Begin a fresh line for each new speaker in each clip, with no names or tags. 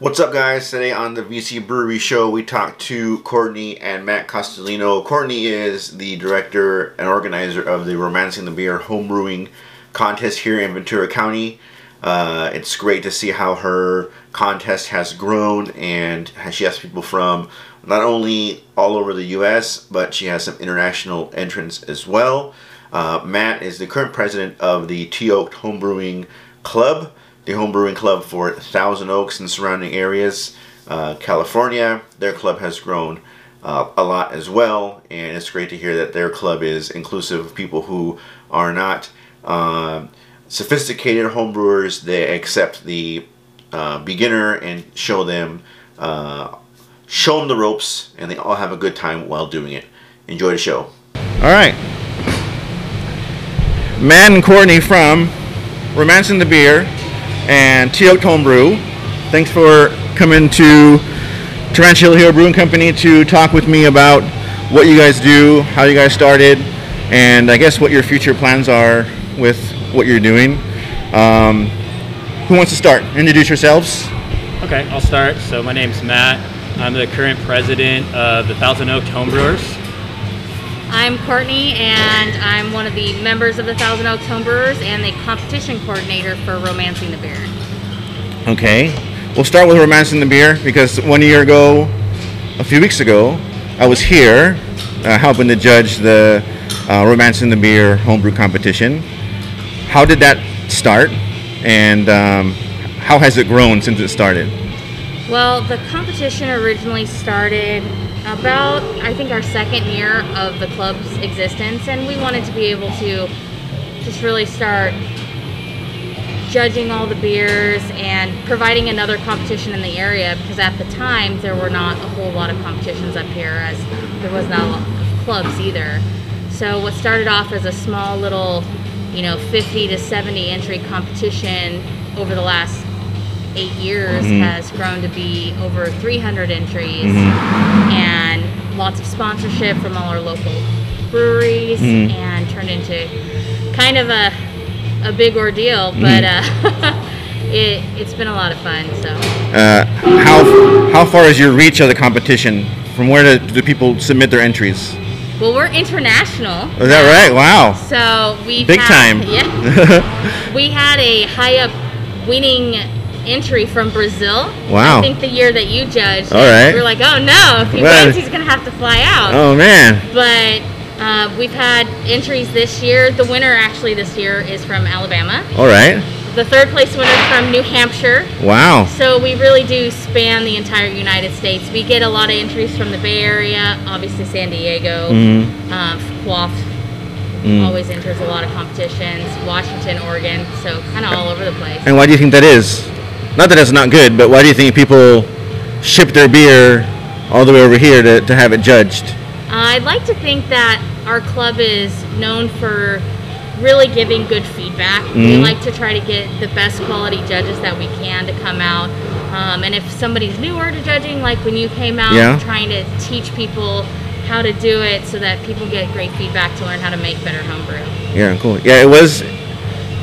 What's up, guys? Today on the VC Brewery Show, we talked to Courtney and Matt Castellino. Courtney is the director and organizer of the Romancing the Beer homebrewing contest here in Ventura County. Uh, it's great to see how her contest has grown, and she has people from not only all over the U.S., but she has some international entrants as well. Uh, Matt is the current president of the Tea Oak Homebrewing Club, the homebrewing club for Thousand Oaks and surrounding areas, uh, California. Their club has grown uh, a lot as well, and it's great to hear that their club is inclusive of people who are not uh, sophisticated homebrewers. They accept the uh, beginner and show them uh, show them the ropes, and they all have a good time while doing it. Enjoy the show.
All right. Matt and Courtney from Romancing the Beer and Teal Brew. Thanks for coming to Tarantula Hill Brewing Company to talk with me about what you guys do, how you guys started, and I guess what your future plans are with what you're doing. Um, who wants to start? Introduce yourselves.
Okay, I'll start. So my name's Matt. I'm the current president of the Thousand Oak Homebrewers.
I'm Courtney, and I'm one of the members of the Thousand Oaks Homebrewers and the competition coordinator for Romancing the Beer.
Okay. We'll start with romancing the beer because one year ago, a few weeks ago, I was here uh, helping to judge the uh, romancing the beer homebrew competition. How did that start, and um, how has it grown since it started?
Well, the competition originally started about, I think, our second year of the club's existence, and we wanted to be able to just really start judging all the beers and providing another competition in the area because at the time there were not a whole lot of competitions up here as there was not a lot of clubs either. So what started off as a small little, you know, 50 to 70 entry competition over the last eight years
Mm-hmm.
has grown to be over 300 entries
Mm-hmm.
and lots of sponsorship from all our local breweries
Mm-hmm.
and turned into kind of a a big ordeal,
Mm-hmm.
but uh, it it's been a lot of fun. So
Uh, how how far is your reach of the competition? From where do, do people submit their entries?
well, we're international.
Is that right? Wow,
So we
Uh, big time.
Yeah, we had a high up winning entry from Brazil.
Wow.
I think the year that you judged.
All right.
We were like, oh no, if he
Well-
wins, he's gonna have to fly out.
oh man.
But uh, we've had entries this year. The winner actually this year is from Alabama.
All right.
The third place winner is from New Hampshire.
Wow.
So we really do span the entire United States. We get a lot of entries from the Bay Area, obviously San Diego, um, Guelph always enters a lot of competitions, Washington, Oregon, so kind of all over the place.
And why do you think that is? Not that it's not good, but why do you think people ship their beer all the way over here to, to have it judged?
I'd like to think that our club is known for really giving good feedback.
Mm-hmm.
We like to try to get the best quality judges that we can to come out. Um, and if somebody's newer to judging, like when you came out,
Yeah.
trying to teach people how to do it so that people get great feedback to learn how to make better homebrew.
Yeah, cool. Yeah, it was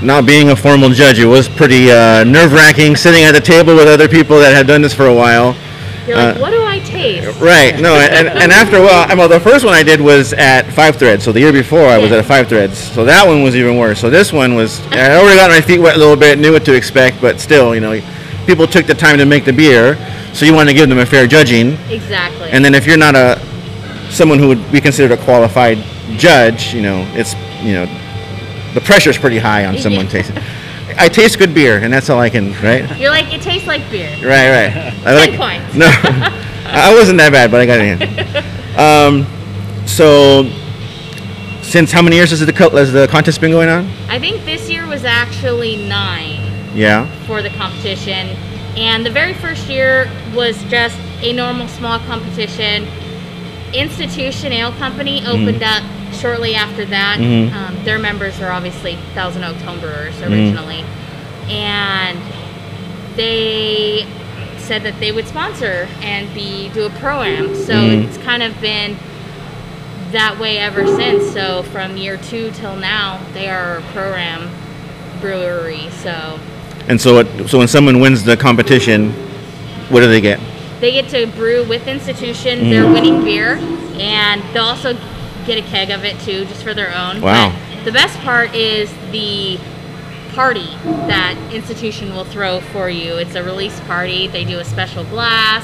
not being a formal judge. It was pretty uh, nerve-wracking sitting at the table with other people that had done this for a while.
You're like, what do I taste?
Uh, Right. No, and, and after a while, well, the first one I did was at Five Threads. So the year before, I was
Yeah.
at Five Threads. So that one was even worse. So this one was, I already got my feet wet a little bit, knew what to expect, but still, you know, people took the time to make the beer, so you want to give them a fair judging.
Exactly.
And then if you're not a someone who would be considered a qualified judge, you know, it's you know, the pressure's pretty high on someone
Yeah.
tasting. I taste good beer, and that's all I can. Right.
You're like, it tastes like beer.
Right, right. I
Ten points.
No, I I wasn't that bad, but I got it in. Um, so, since how many years has the co- has the contest been going on?
I think this year was actually nine.
Yeah.
for the competition. And the very first year was just a normal small competition. Institution Ale Company opened up shortly after that.
Mhm.
Um, their members are obviously Thousand Oaks Homebrewers originally. And they said that they would sponsor and be do a pro am. So
Mhm.
it's kind of been that way ever since. So from year two till now, they are a pro am brewery. So
And so, it, so when someone wins the competition, What do they get?
They get to brew with institution their
Mm.
winning beer, and they'll also get a keg of it too, just for their own.
Wow.
But the best part is the party that institution will throw for you. It's a release party. They do a special glass,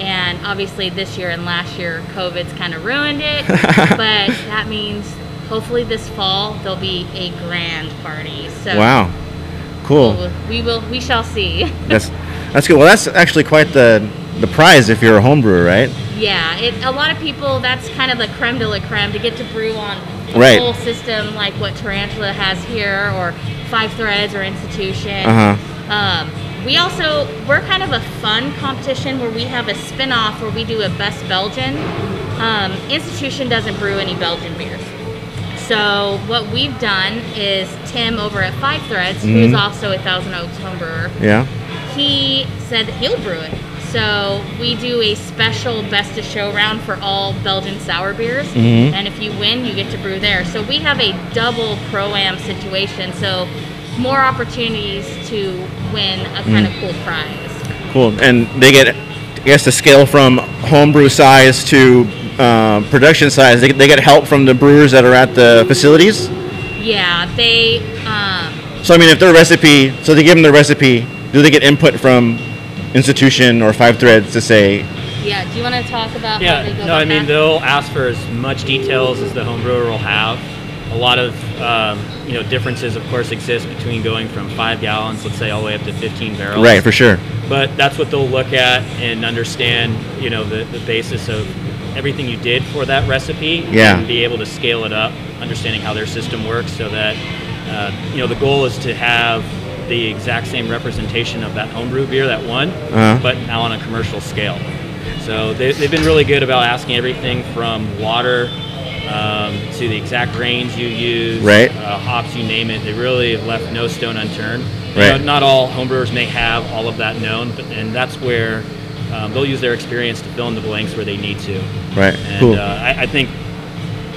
and obviously this year and last year COVID's kind of ruined it. but that means hopefully this fall there'll be a grand party. So
Wow,
we
cool.
will- we will. We shall see.
That's that's good. Well, that's actually quite the the prize if you're a home brewer, right?
Yeah, it, a lot of people, that's kind of the creme de la creme to get to brew on a
Right.
full system like what Tarantula has here or Five Threads or Institution.
Uh-huh.
Um, we also, we're kind of a fun competition where we have a spin off where we do a Best Belgian. Um, Institution doesn't brew any Belgian beers. So what we've done is Tim over at Five Threads,
Mm-hmm.
who's also a Thousand Oaks home brewer,
Yeah.
he said that he'll brew it. So we do a special best of show round for all Belgian sour beers, and if you win, you get to brew there. So we have a double pro am situation, so more opportunities to win a kind of cool prize.
Cool. And they get, I guess, to scale from homebrew size to uh, production size. They, they get help from the brewers that are at the facilities.
Yeah, they. Um,
So I mean, if their recipe, so they give them their recipe, do they get input from institution or five threads to say,
yeah, do you want to talk about? how they
Yeah,
go
no,
about
I mean,
that?
they'll ask for as much details as the homebrewer will have. A lot of, um, you know, differences, of course, exist between going from five gallons, let's say, all the way up to 15 barrels.
right, for sure,
But that's what they'll look at and understand, you know, the, the basis of everything you did for that recipe.
Yeah.
And be able to scale it up, understanding how their system works so that, uh, you know, the goal is to have the exact same representation of that homebrew beer that won,
Uh-huh.
but now on a commercial scale. So they, they've been really good about asking everything from water um, to the exact grains you use,
Right.
uh, hops, you name it. They really have left no stone unturned. You
Right.
know, not all homebrewers may have all of that known, but and that's where um, they'll use their experience to fill in the blanks where they need to.
right,
And
cool,
uh, I, I think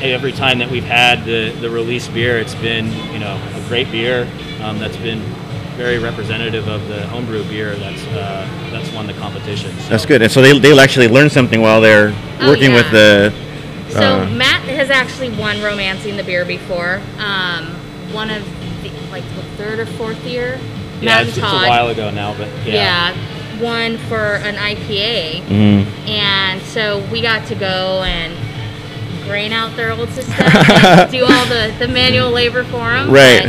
every time that we've had the the release beer, it's been you know a great beer um, that's been very representative of the homebrew beer that's uh, that's won the competition. So.
that's good. And so they they'll actually learn something while they're
Oh,
working
yeah.
with the.
So
uh,
Matt has actually won romancing the beer before. Um, one of the, like the third or fourth year.
Yeah,
Matt
it's,
and
it's
Todd.
a while ago now, but yeah.
yeah. one for an IPA,
Mm-hmm.
Mm.
and so we got to go and grain out their old system, and do all the, the manual labor for them.
Right.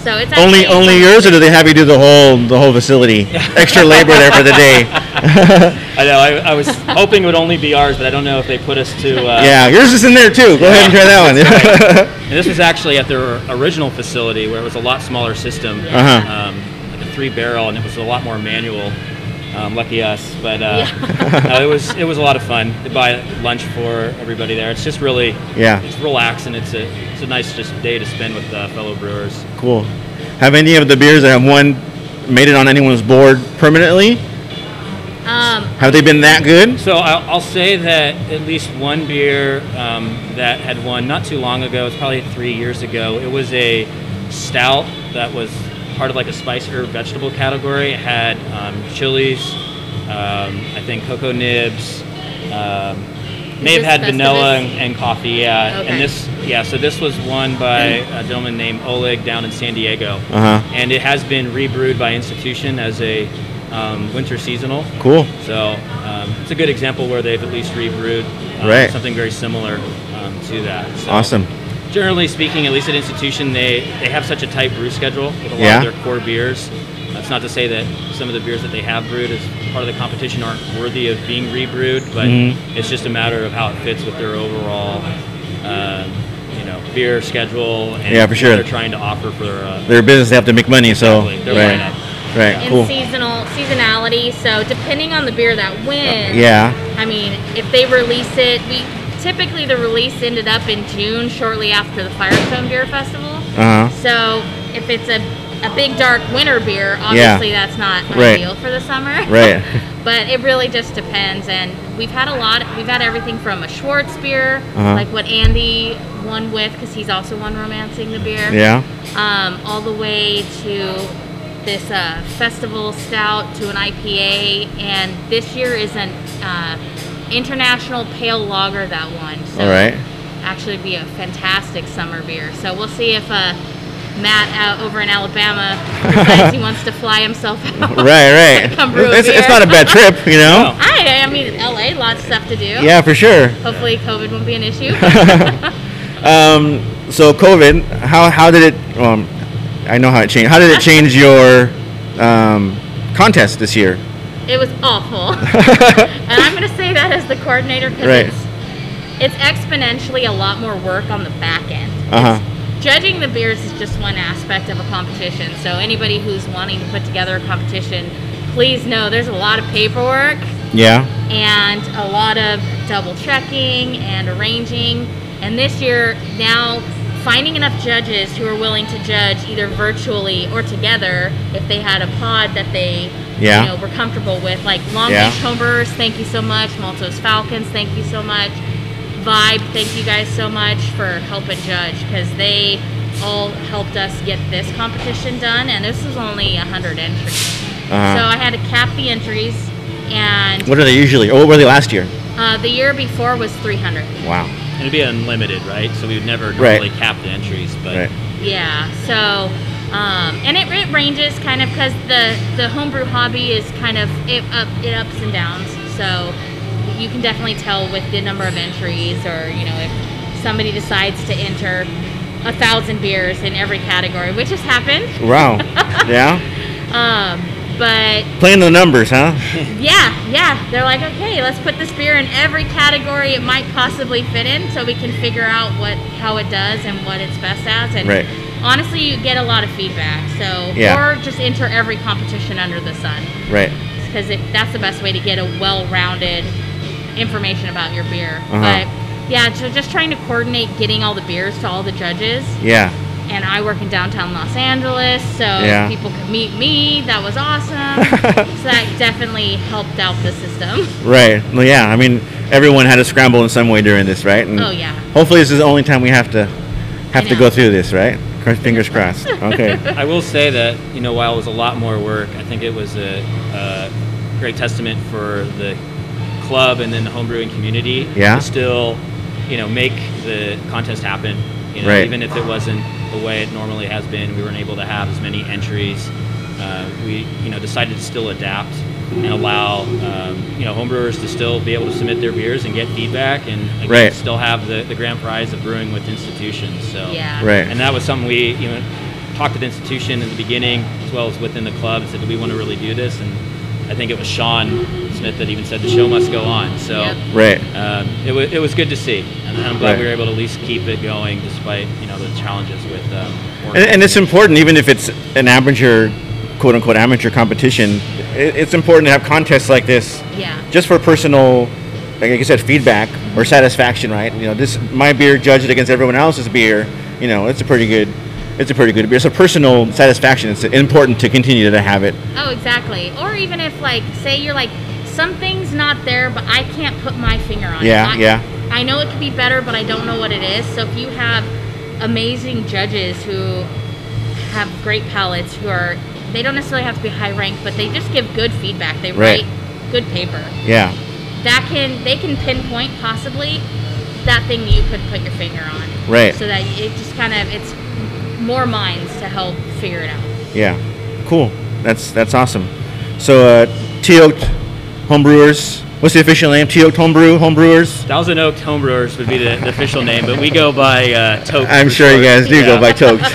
so it's
Only
actually-
only yours, or do they have you do the whole the whole facility? Extra labor there for the day.
I know. I, I was hoping it would only be ours, but I don't know if they put us to. Uh,
Yeah, yours is in there too. Go ahead and try that one.
And this was actually at their original facility where it was a lot smaller system,
Uh-huh.
um, like a three barrel, and it was a lot more manual. Um, lucky us, but uh,
Yeah.
no, it was it was a lot of fun to buy lunch for everybody there. It's just really
Yeah.
it's relaxing. It's a it's a nice just day to spend with uh, fellow brewers.
cool. Have any of the beers that have won made it on anyone's board permanently?
Um,
Have they been that good?
So I'll, I'll say that at least one beer um, that had won not too long ago, it's probably three years ago. It was a stout that was part of like a spice herb vegetable category. It had um, chilies, um, I think cocoa nibs, um, may have
this
had
Festivus?
vanilla and, and coffee. Yeah,
Okay. Mm.
and this yeah. So this was won by a gentleman named Oleg down in San Diego,
Uh huh.
and it has been rebrewed by Institution as a um, winter seasonal.
Cool.
So um, it's a good example where they've at least rebrewed um,
Right.
something very similar um, to that. So
Awesome.
Generally speaking, at least at institution, they, they have such a tight brew schedule with a lot
Yeah.
of their core beers. That's not to say that some of the beers that they have brewed as part of the competition aren't worthy of being rebrewed, but
Mhm.
it's just a matter of how it fits with their overall, uh, you know, beer schedule and
Yeah, for sure.
what they're trying to offer for their. Uh,
Their business, they have to make money, so
Exactly. Their
right, right,
and
cool.
seasonal seasonality. So depending on the beer that wins,
Yeah,
I mean, if they release it, we typically the release ended up in June, shortly after the Firestone Beer Festival.
uh huh,
So if it's a, a big dark winter beer,
Yeah.
obviously that's not
Right.
ideal for the summer.
Right.
but it really just depends, and we've had a lot. We've had everything from a Schwartz beer,
Uh-huh.
like what Andy won with, because he's also won romancing the beer.
yeah,
Um, all the way to this uh, festival stout to an IPA, and this year is an uh, international pale lager that one. So
All right.
Actually, be a fantastic summer beer. So we'll see if uh, Matt out over in Alabama decides he wants to fly himself out.
Right, right.
Come brew a
It's, it's
beer.
not a bad trip, you know?
I, I mean, LA, lots of stuff to do.
Yeah, for sure.
Hopefully, COVID won't be an issue.
Um, so COVID, how, how did it, um, I know how it changed. How did it change your um, contest this year?
it was awful. and I'm going to say that as the coordinator because
Right.
it's, it's exponentially a lot more work on the back end.
Uh-huh.
It's- Judging the beers is just one aspect of a competition. So, anybody who's wanting to put together a competition, please know there's a lot of paperwork
Yeah.
and a lot of double checking and arranging. And this year, now finding enough judges who are willing to judge either virtually or together if they had a pod that they
Yeah.
you know, were comfortable with. Like Long
Yeah.
Beach Homebrewers, thank you so much. Maltos Falcons, thank you so much. Vibe, thank you guys so much for helping judge because they all helped us get this competition done. And this was only 100 entries.
Uh-huh.
So I had to cap the entries. And
What are they usually? Or what were they last year?
uh, the year before was 300.
Wow.
And it'd be unlimited, right? So we would never
Right.
normally cap the entries, but
Right.
Yeah. So, um, and it, it ranges kind of because the the homebrew hobby is kind of it up it ups and downs. So you can definitely tell with the number of entries, or you know if somebody decides to enter a thousand beers in every category, which has happened.
Wow. yeah.
Um, but
Playing the numbers, huh?
yeah, yeah, they're like, okay, let's put this beer in every category it might possibly fit in, so we can figure out what how it does and what it's best as. And
Right.
honestly, you get a lot of feedback. So
Yeah.
or just enter every competition under the sun
Right.
because that's the best way to get a well-rounded information about your beer.
Uh-huh.
But yeah, so just trying to coordinate getting all the beers to all the judges
Yeah.
and I work in downtown Los Angeles, so
Yeah.
people could meet me. That was awesome. so that definitely helped out the system.
Right. Well, yeah. I mean, everyone had to scramble in some way during this, right? And
Oh, yeah.
Hopefully, this is the only time we have to have
I
to
know.
go through this, right? Cr- Fingers crossed. Okay.
I will say that you know while it was a lot more work, I think it was a, a great testament for the club and then the homebrewing community
Yeah.
to still you know make the contest happen. You know,
Right.
even if it wasn't the way it normally has been, we weren't able to have as many entries. Uh, we you know decided to still adapt and allow um, you know homebrewers to still be able to submit their beers and get feedback and again,
Right.
still have the, the grand prize of brewing with institutions. So
Yeah.
Right.
and that was something we you know talked to the institution in the beginning as well as within the club and said, do we want to really do this? And I think it was Sean Smith that even said the show must go on. So
Yep.
Right.
um, it, wa it was good to see, and I'm glad
Right.
we were able to at least keep it going despite you know the challenges with. Um,
And, and it's
organizing.
important, even if it's an amateur, quote unquote, amateur competition. It, it's important to have contests like this
Yeah.
just for personal, like you said, feedback or satisfaction, right? You know, this my beer judged against everyone else's beer. You know, it's a pretty good, it's a pretty good beer. It's a personal satisfaction. It's important to continue to have it.
Oh, exactly. Or even if like say you're like something's not there, but I can't put my finger on
Yeah,
it. I,
yeah.
I know it could be better, but I don't know what it is. So if you have amazing judges who have great palates, who are they don't necessarily have to be high ranked, but they just give good feedback. They
Right.
write good paper.
Yeah,
that can they can pinpoint possibly that thing you could put your finger on
Right.
so that it just kind of it's more minds to help figure it out
yeah. Cool. That's that's awesome. So, uh, T Oak Homebrewers. What's the official name? T Oak Homebrew Homebrewers.
Thousand Oak Homebrewers would be the, the official name, but we go by uh, Toke.
I'm
for
sure you
short.
guys do
Yeah.
go by Tokes.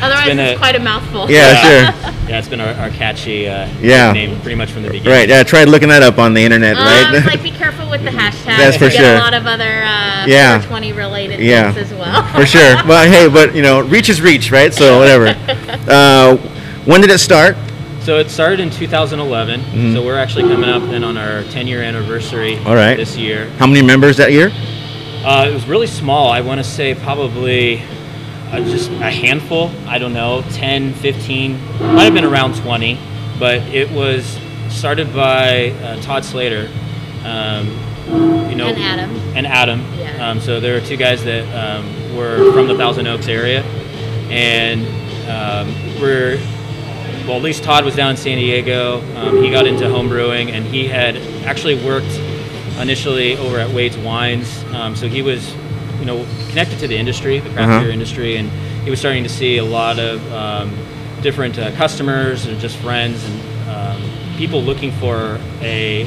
otherwise
been
it's,
a-
quite a mouthful
yeah, sure.
Yeah, it's been our, our catchy uh,
Yeah.
name pretty much from the beginning.
Right. Yeah. I tried looking that up on the internet.
um,
right.
like be careful with the hashtag
That's for
you
sure.
get a lot of other uh,
Yeah.
20 related
Yeah.
things as well
for sure. Well, hey, but you know, reach is reach, right? So whatever. Uh, when did it start?
So it started in 2011. So we're actually coming up then on our 10 year anniversary
Mm-hmm. All right.
this year.
How many members that year?
Uh, it was really small. I want to say probably uh, just a handful. I don't know, 10, 15, might have been around 20. But it was started by uh, Todd Slater. Um, you know,
And Adam.
And Adam.
Yeah.
Um, so there are two guys that um, were from the Thousand Oaks area, and um, were well, at least Todd was down in San Diego. Um, he got into home brewing, and he had actually worked initially over at Wade's Wines. Um, so he was, you know, connected to the industry, the craft
Uh-huh.
beer industry, and he was starting to see a lot of um, different uh, customers and just friends and um, people looking for a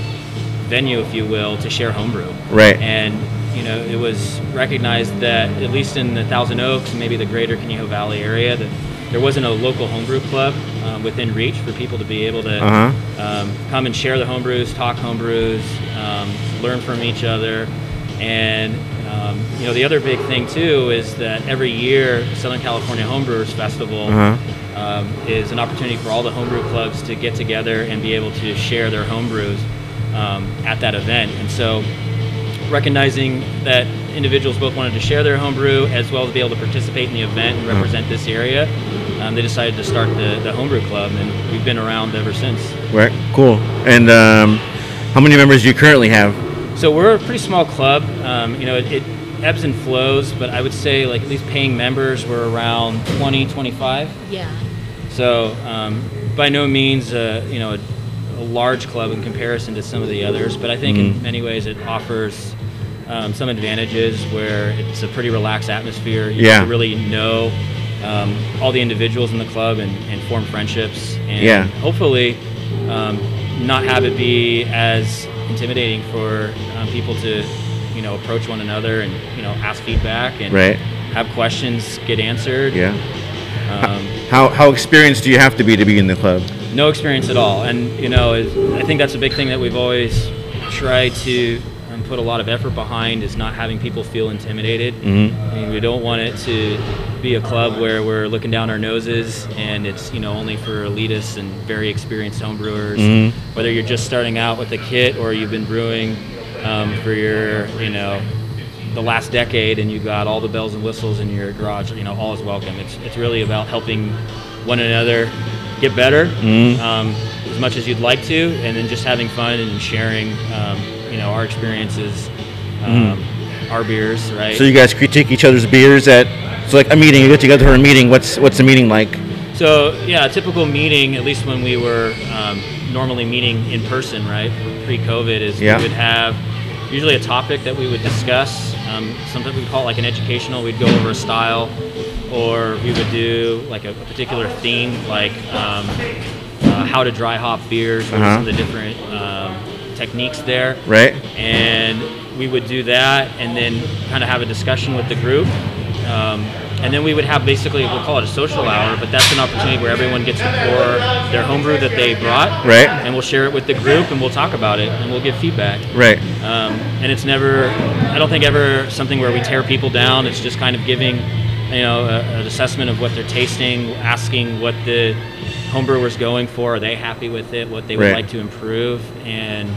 venue, if you will, to share homebrew.
Right.
And you know, it was recognized that at least in the Thousand Oaks, maybe the greater Conejo Valley area, that there wasn't a local homebrew club um, within reach for people to be able to
Uh-huh.
um, come and share the homebrews, talk homebrews, um, learn from each other. And um, you know, the other big thing too is that every year, Southern California Homebrewers Festival
Uh-huh.
um, is an opportunity for all the homebrew clubs to get together and be able to share their homebrews um, at that event. And so, recognizing that individuals both wanted to share their homebrew as well as be able to participate in the event and represent this area, um, they decided to start the, the homebrew club, and we've been around ever since.
Right. Cool. And um, how many members do you currently have?
So we're a pretty small club. Um, you know, it, it ebbs and flows, but I would say like at least paying members were around 20, 25.
Yeah.
So um, by no means, uh, you know, a, a large club in comparison to some of the others, but I think
Mm.
in many ways it offers um, some advantages where it's a pretty relaxed atmosphere. You
Yeah.
get to really know um, all the individuals in the club and, and form friendships, and
Yeah.
hopefully um, not have it be as intimidating for um, people to, you know, approach one another and you know ask feedback and
Right.
have questions get answered.
Yeah.
Um,
How how experienced do you have to be to be in the club?
no experience at all. And you know, is- I think that's a big thing that we've always tried to um, put a lot of effort behind is not having people feel intimidated. I mean, we don't want it to be a club where we're looking down our noses and it's you know only for elitists and very experienced homebrewers. Whether you're just starting out with a kit or you've been brewing um, for your you know the last decade and you got all the bells and whistles in your garage, you know all is welcome. It's it's really about helping one another get better um, as much as you'd like to, and then just having fun and sharing, um, you know, our experiences, um, our beers, right?
So you guys critique each other's beers at so like a meeting. You get together for a meeting. What's what's the meeting like?
So yeah, a typical meeting, at least when we were um, normally meeting in person, right, pre-COVID, is
Yeah.
we would have usually a topic that we would discuss. Um, sometimes we call it like an educational. We'd go over a style, or we would do like a, a particular theme, like um, uh, how to dry hop beers, what
Uh-huh.
are some of the different um, techniques there
Right.
and we would do that and then kind of have a discussion with the group um, and then we would have basically we'll call it a social hour but that's an opportunity where everyone gets to pour their homebrew that they brought
Right.
and we'll share it with the group and we'll talk about it and we'll give feedback
Right.
um, and it's never i don't think ever something where we tear people down it's just kind of giving you know a, an assessment of what they're tasting asking what the homebrewer's going for are they happy with it what they would
Right.
like to improve and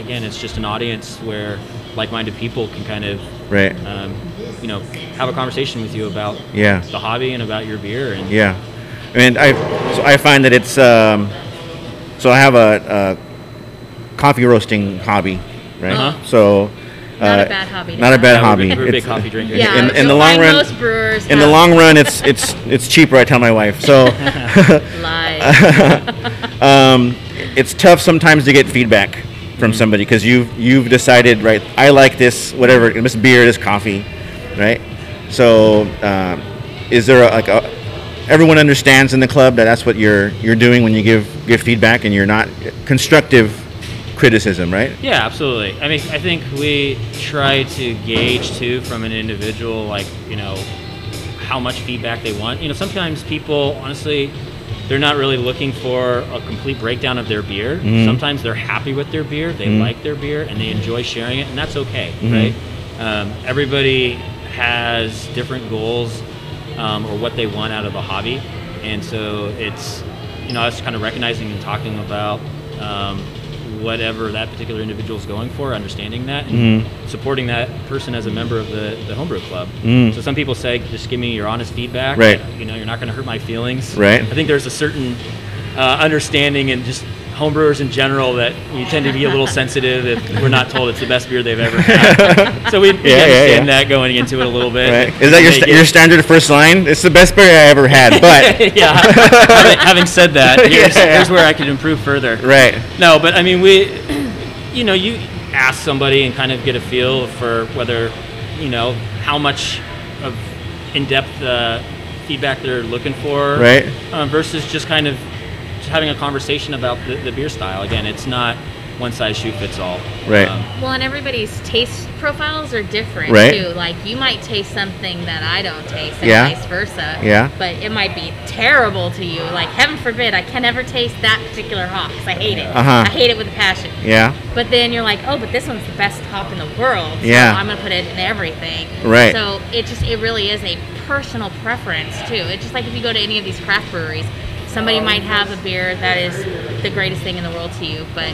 again it's just an audience where like-minded people can kind of
Right.
um, you know have a conversation with you about
Yeah.
the hobby and about your beer and
Yeah, and I so I find that it's um, so I have a, a coffee roasting hobby, right?
Uh-huh.
So
Not
uh,
a bad hobby to
Not a
have.
bad
Yeah, we're
hobby.
big- we're big
It's-
coffee drinkers.
Yeah.
in, in
you'll
the long
find
run,
most brewers
in the
have
long run, it's it's it's cheaper. I tell my wife. So
lies.
um, it's tough sometimes to get feedback from
Mm-hmm.
somebody because you've you've decided right. I like this whatever this beer, this coffee, right? So um, is there a, like a everyone understands in the club that that's what you're you're doing when you give give feedback and you're not uh, constructive criticism, right?
Yeah, absolutely. I mean, I think we try to gauge too from an individual, like you know, how much feedback they want. You know, sometimes people, honestly, they're not really looking for a complete breakdown of their beer. Sometimes they're happy with their beer, they like their beer, and they enjoy sharing it, and that's okay, right? Um, everybody has different goals um, or what they want out of the hobby, and so it's you know us kind of recognizing and talking about. Um, whatever that particular individual is going for, understanding that, and supporting that person as a member of the, the homebrew club. So some people say, just give me your honest feedback.
Right.
You know, you're not going to hurt my feelings.
Right.
I think there's a certain uh, understanding and just homebrewers in general that we tend to be a little sensitive if we're not told it's the best beer they've ever had. so we, we
Yeah, yeah,
understand
yeah.
that going into it a little bit.
Right? Is that your,
Make
st-
it-
your standard first line? It's the best beer I ever had, but
yeah. having, having said that, here's,
Yeah, yeah.
here's where I could improve further.
right.
No, but I mean, we, you know, you ask somebody and kind of get a feel for whether, you know, how much of in-depth uh, feedback they're looking for,
Right.
Uh, versus just kind of just having a conversation about the, the beer style. Again, it's not one size shoe fits all. Um,
Right.
Well, and everybody's taste profiles are different
Right.
too. Like you might taste something that I don't taste, and
Yeah.
vice versa.
Yeah.
But it might be terrible to you. Like heaven forbid, I can never taste that particular hop 'cause I hate it.
Uh-huh.
I hate it with a passion.
Yeah.
But then you're like, oh, but this one's the best hop in the world. so
Yeah.
I'm gonna put it in everything.
Right.
So it just it really is a personal preference too. It's just like if you go to any of these craft breweries, somebody might have a beer that is the greatest thing in the world to you, but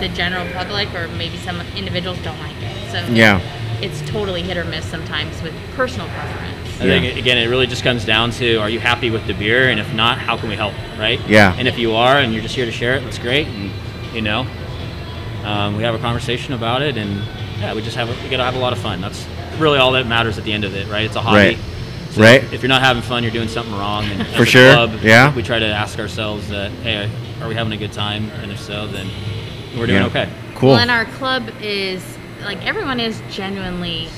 the general public or maybe some individuals don't like it. So
Yeah.
it's totally hit or miss sometimes with personal preference.
I think again, it really just comes down to: Are you happy with the beer? And if not, how can we help? Right?
Yeah.
And if you are, and you're just here to share it, that's great. And you know, um, we have a conversation about it, and yeah, we just have we gotta have a lot of fun. That's really all that matters at the end of it, right? It's a hobby.
Right. Right.
If you're not having fun, you're doing something wrong. And as
For
a
sure.
Club,
Yeah.
We try to ask ourselves that: Hey, are we having a good time? And if so, then we're doing
Yeah.
okay.
Cool.
Well, and our club is like everyone is genuinely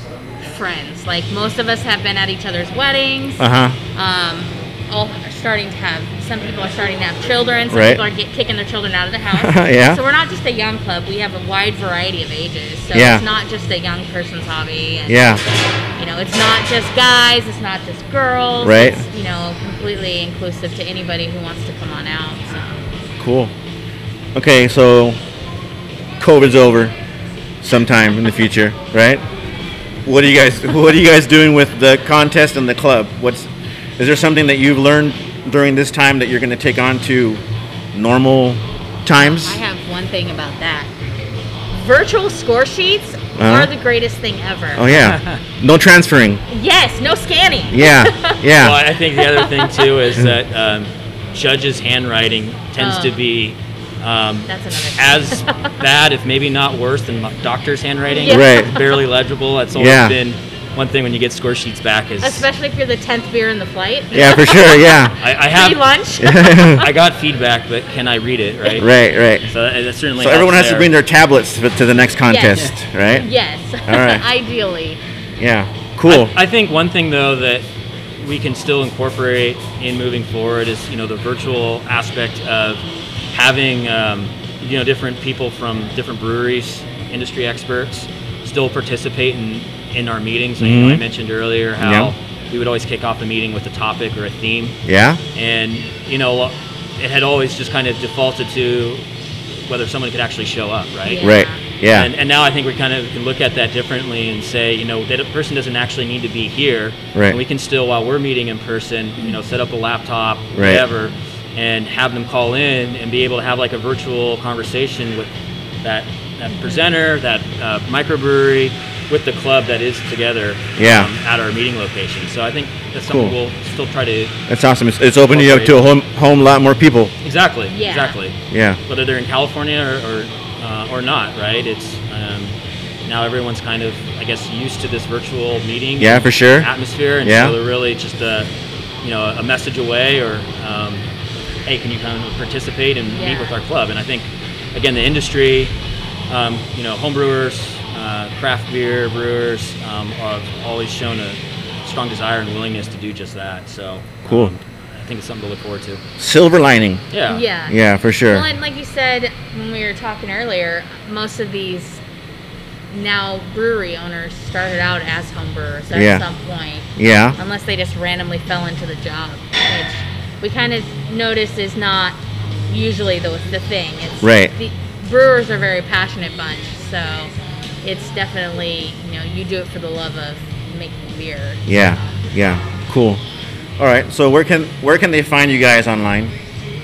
friends. Like most of us have been at each other's weddings.
Uh huh.
um, all are starting to have some people are starting to have children some
Right.
people are get, kicking their children out of the house
Yeah.
so we're not just a young club we have a wide variety of ages so
Yeah.
it's not just a young person's hobby and
Yeah.
you know it's not just guys it's not just girls
Right.
it's, you know completely inclusive to anybody who wants to come on out so
Cool. Okay, so COVID's over sometime in the future, right? What are you guys What are you guys doing with the contest and the club? What's is there something that you've learned during this time that you're going to take on to normal times?
i have one thing about that virtual score sheets
Uh-huh.
are the greatest thing ever
Oh yeah, no transferring.
yes no scanning
Yeah,
Well,
yeah,
I think the other thing too is that um, judges' handwriting tends
Oh.
to be um,
That's another-
as bad, if maybe not worse, than my doctor's handwriting.
Yeah.
Right.
Barely legible. That's always
Yeah.
been one thing when you get score sheets back is
especially if you're the 10th beer in the flight
yeah, for sure. Yeah,
I, I
free
have
lunch
I got feedback, but can I read it right?
right, right.
So uh, that, that certainly.
So everyone has
helps
to
there.
bring their tablets to to the next contest, right?
Yes.
All right.
Ideally.
Yeah. Cool.
I, I think one thing though that we can still incorporate in moving forward is you know the virtual aspect of having um, you know different people from different breweries, industry experts, still participate in in our meetings. So, You know, I mentioned earlier how we would always kick off a meeting with a topic or a theme
Yeah.
and you know it had always just kind of defaulted to whether someone could actually show up right
Yeah.
Right. Yeah.
and, and now i think we kind of can look at that differently and say you know that a person doesn't actually need to be here
Right.
and we can still while we're meeting in person you know set up a laptop
Right.
whatever and have them call in and be able to have like a virtual conversation with that that presenter that uh, microbrewery with the club that is together um,
Yeah.
at our meeting location so i think that's something
Cool.
we'll still try to
That's awesome. It's, it's opened you up to a home, home lot more people.
Exactly.
Yeah.
Exactly.
Yeah.
Whether they're in California or or, uh, or not, right? It's um, now everyone's kind of, I guess, used to this virtual meeting.
Yeah, for sure.
Atmosphere, and
Yeah.
so they're really just a, you know, a message away, or um, hey, can you come participate and
Yeah.
meet with our club? And I think, again, the industry, um, you know, homebrewers, uh, craft beer brewers, um, have always shown a strong desire and willingness to do just that. So
Cool.
um, I think it's something to look forward to.
Silver lining.
Yeah.
Yeah.
Yeah, for sure.
Well, and like you said when we were talking earlier, most of these now brewery owners started out as home brewers at
Yeah.
some point,
yeah.
unless they just randomly fell into the job, which we kind of notice is not usually the, the thing. It's
Right.
The, brewers are a very passionate bunch, so it's definitely, you know, you do it for the love of making beer.
Yeah. Yeah. Cool. All right. So where can where can they find you guys online?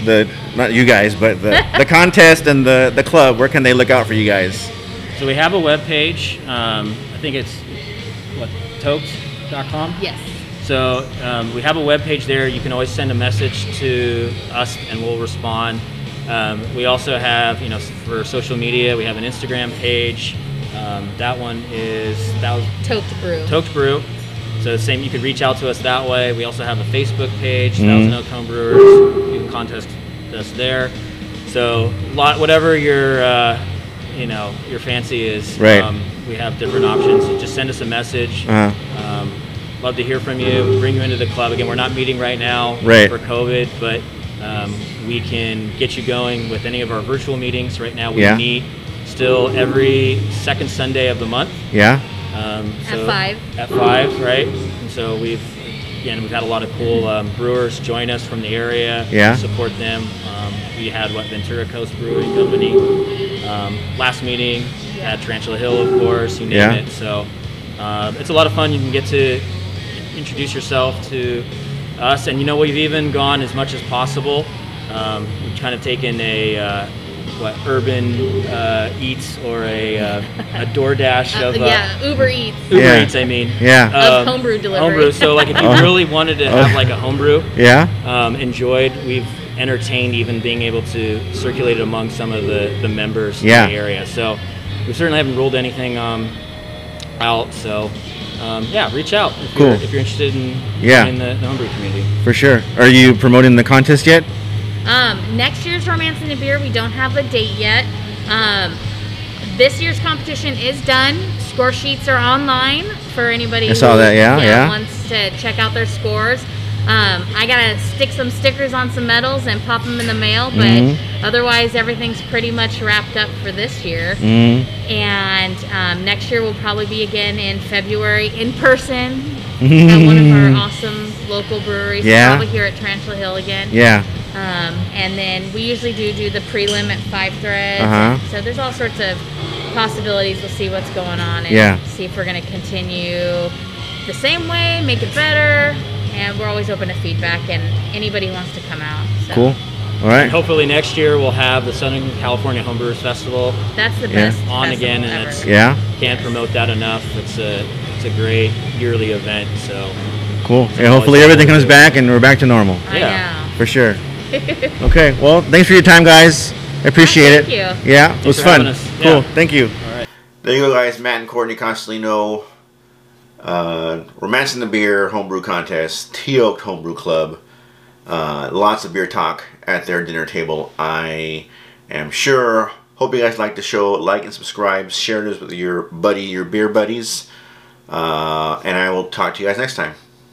The not you guys, but the, the contest and the the club. Where can they look out for you guys?
So we have a web page. Um, I think it's what toked.com.
Yes.
So um, we have a web page there. You can always send a message to us, and we'll respond. Um, we also have, you know, for social media, we have an Instagram page. Um, that one is thou-
Toked brew.
Toked Brew. So same, you could reach out to us that way. We also have a Facebook page,
Mm.
Thousand Oak Home Brewers. You can contact us there. So lot, whatever your, uh, you know, your fancy is. um,
Right.
we have different options. Just send us a message.
Uh-huh.
Um, love to hear from you. Bring you into the club. Again, we're not meeting right now
Right.
for COVID, but um, we can get you going with any of our virtual meetings. Right now, we
Yeah.
meet still every second Sunday of the month.
Yeah.
Um,
At
so-
five.
At five, right? And so we've again we've had a lot of cool um, brewers join us from the area.
Yeah.
Support them. Um, we had what Ventura Coast Brewing Company um, last meeting at Tarantula Hill, of course. You name
Yeah.
it. So uh, it's a lot of fun. You can get to introduce yourself to us, and you know we've even gone as much as possible. Um, we've kind of taken a uh, what urban uh, eats or a uh, a DoorDash
Uh,
of uh,
yeah, Uber Eats.
Uber
Yeah.
Eats, I mean. Um,
Yeah.
Of homebrew delivery.
Homebrew. So, like, if you
Oh.
really wanted to have like a homebrew,
Yeah.
um, enjoyed, we've entertained even being able to circulate it among some of the, the members
Yeah.
in the area. So, we certainly haven't ruled anything um, out. So, um, yeah, reach out if,
Cool.
you're, if you're interested in
Yeah.
in the, the homebrew community.
For sure. Are you promoting the contest yet?
Um, next year's Romance in the Beer, we don't have a date yet. Um, this year's competition is done. Score sheets are online for anybody
I saw
who
that, yeah, yeah.
wants to check out their scores. Um, I gotta stick some stickers on some medals and pop them in the mail, but
Mhm.
otherwise everything's pretty much wrapped up for this year.
Mm.
And um, next year we'll probably be again in February in person at one of our awesome local breweries.
Yeah.
Probably here at Tarantula Hill again.
Yeah.
Um, and then we usually do do the prelim at five threads.
Uh-huh.
So there's all sorts of possibilities. We'll see what's going on and
Yeah.
see if we're going to continue the same way, make it better. And we're always open to feedback and anybody who wants to come out. So
Cool. All
And
right.
hopefully next year we'll have the Southern California Homebrewers Festival.
That's the
Yeah.
best.
On
festival
again, and
ever.
it's-
Yeah.
Can't promote that enough. It's a it's a great yearly event. So
Cool. Yeah, hopefully everything comes back and we're back to normal.
I
yeah.
know.
For sure. Okay. Well, thanks for your time, guys. I appreciate
Yeah,
it.
thank
you. Yeah, it was
for
fun.
having us.
Cool.
Yeah.
Thank you.
There you go, guys. Matt and Courtney Costolino, uh, Romancing the Beer Homebrew Contest, Tea Oak Homebrew Club. Uh, lots of beer talk at their dinner table. I am sure. Hope you guys like the show. Like and subscribe. Share this with your buddy, your beer buddies. Uh, and I will talk to you guys next time.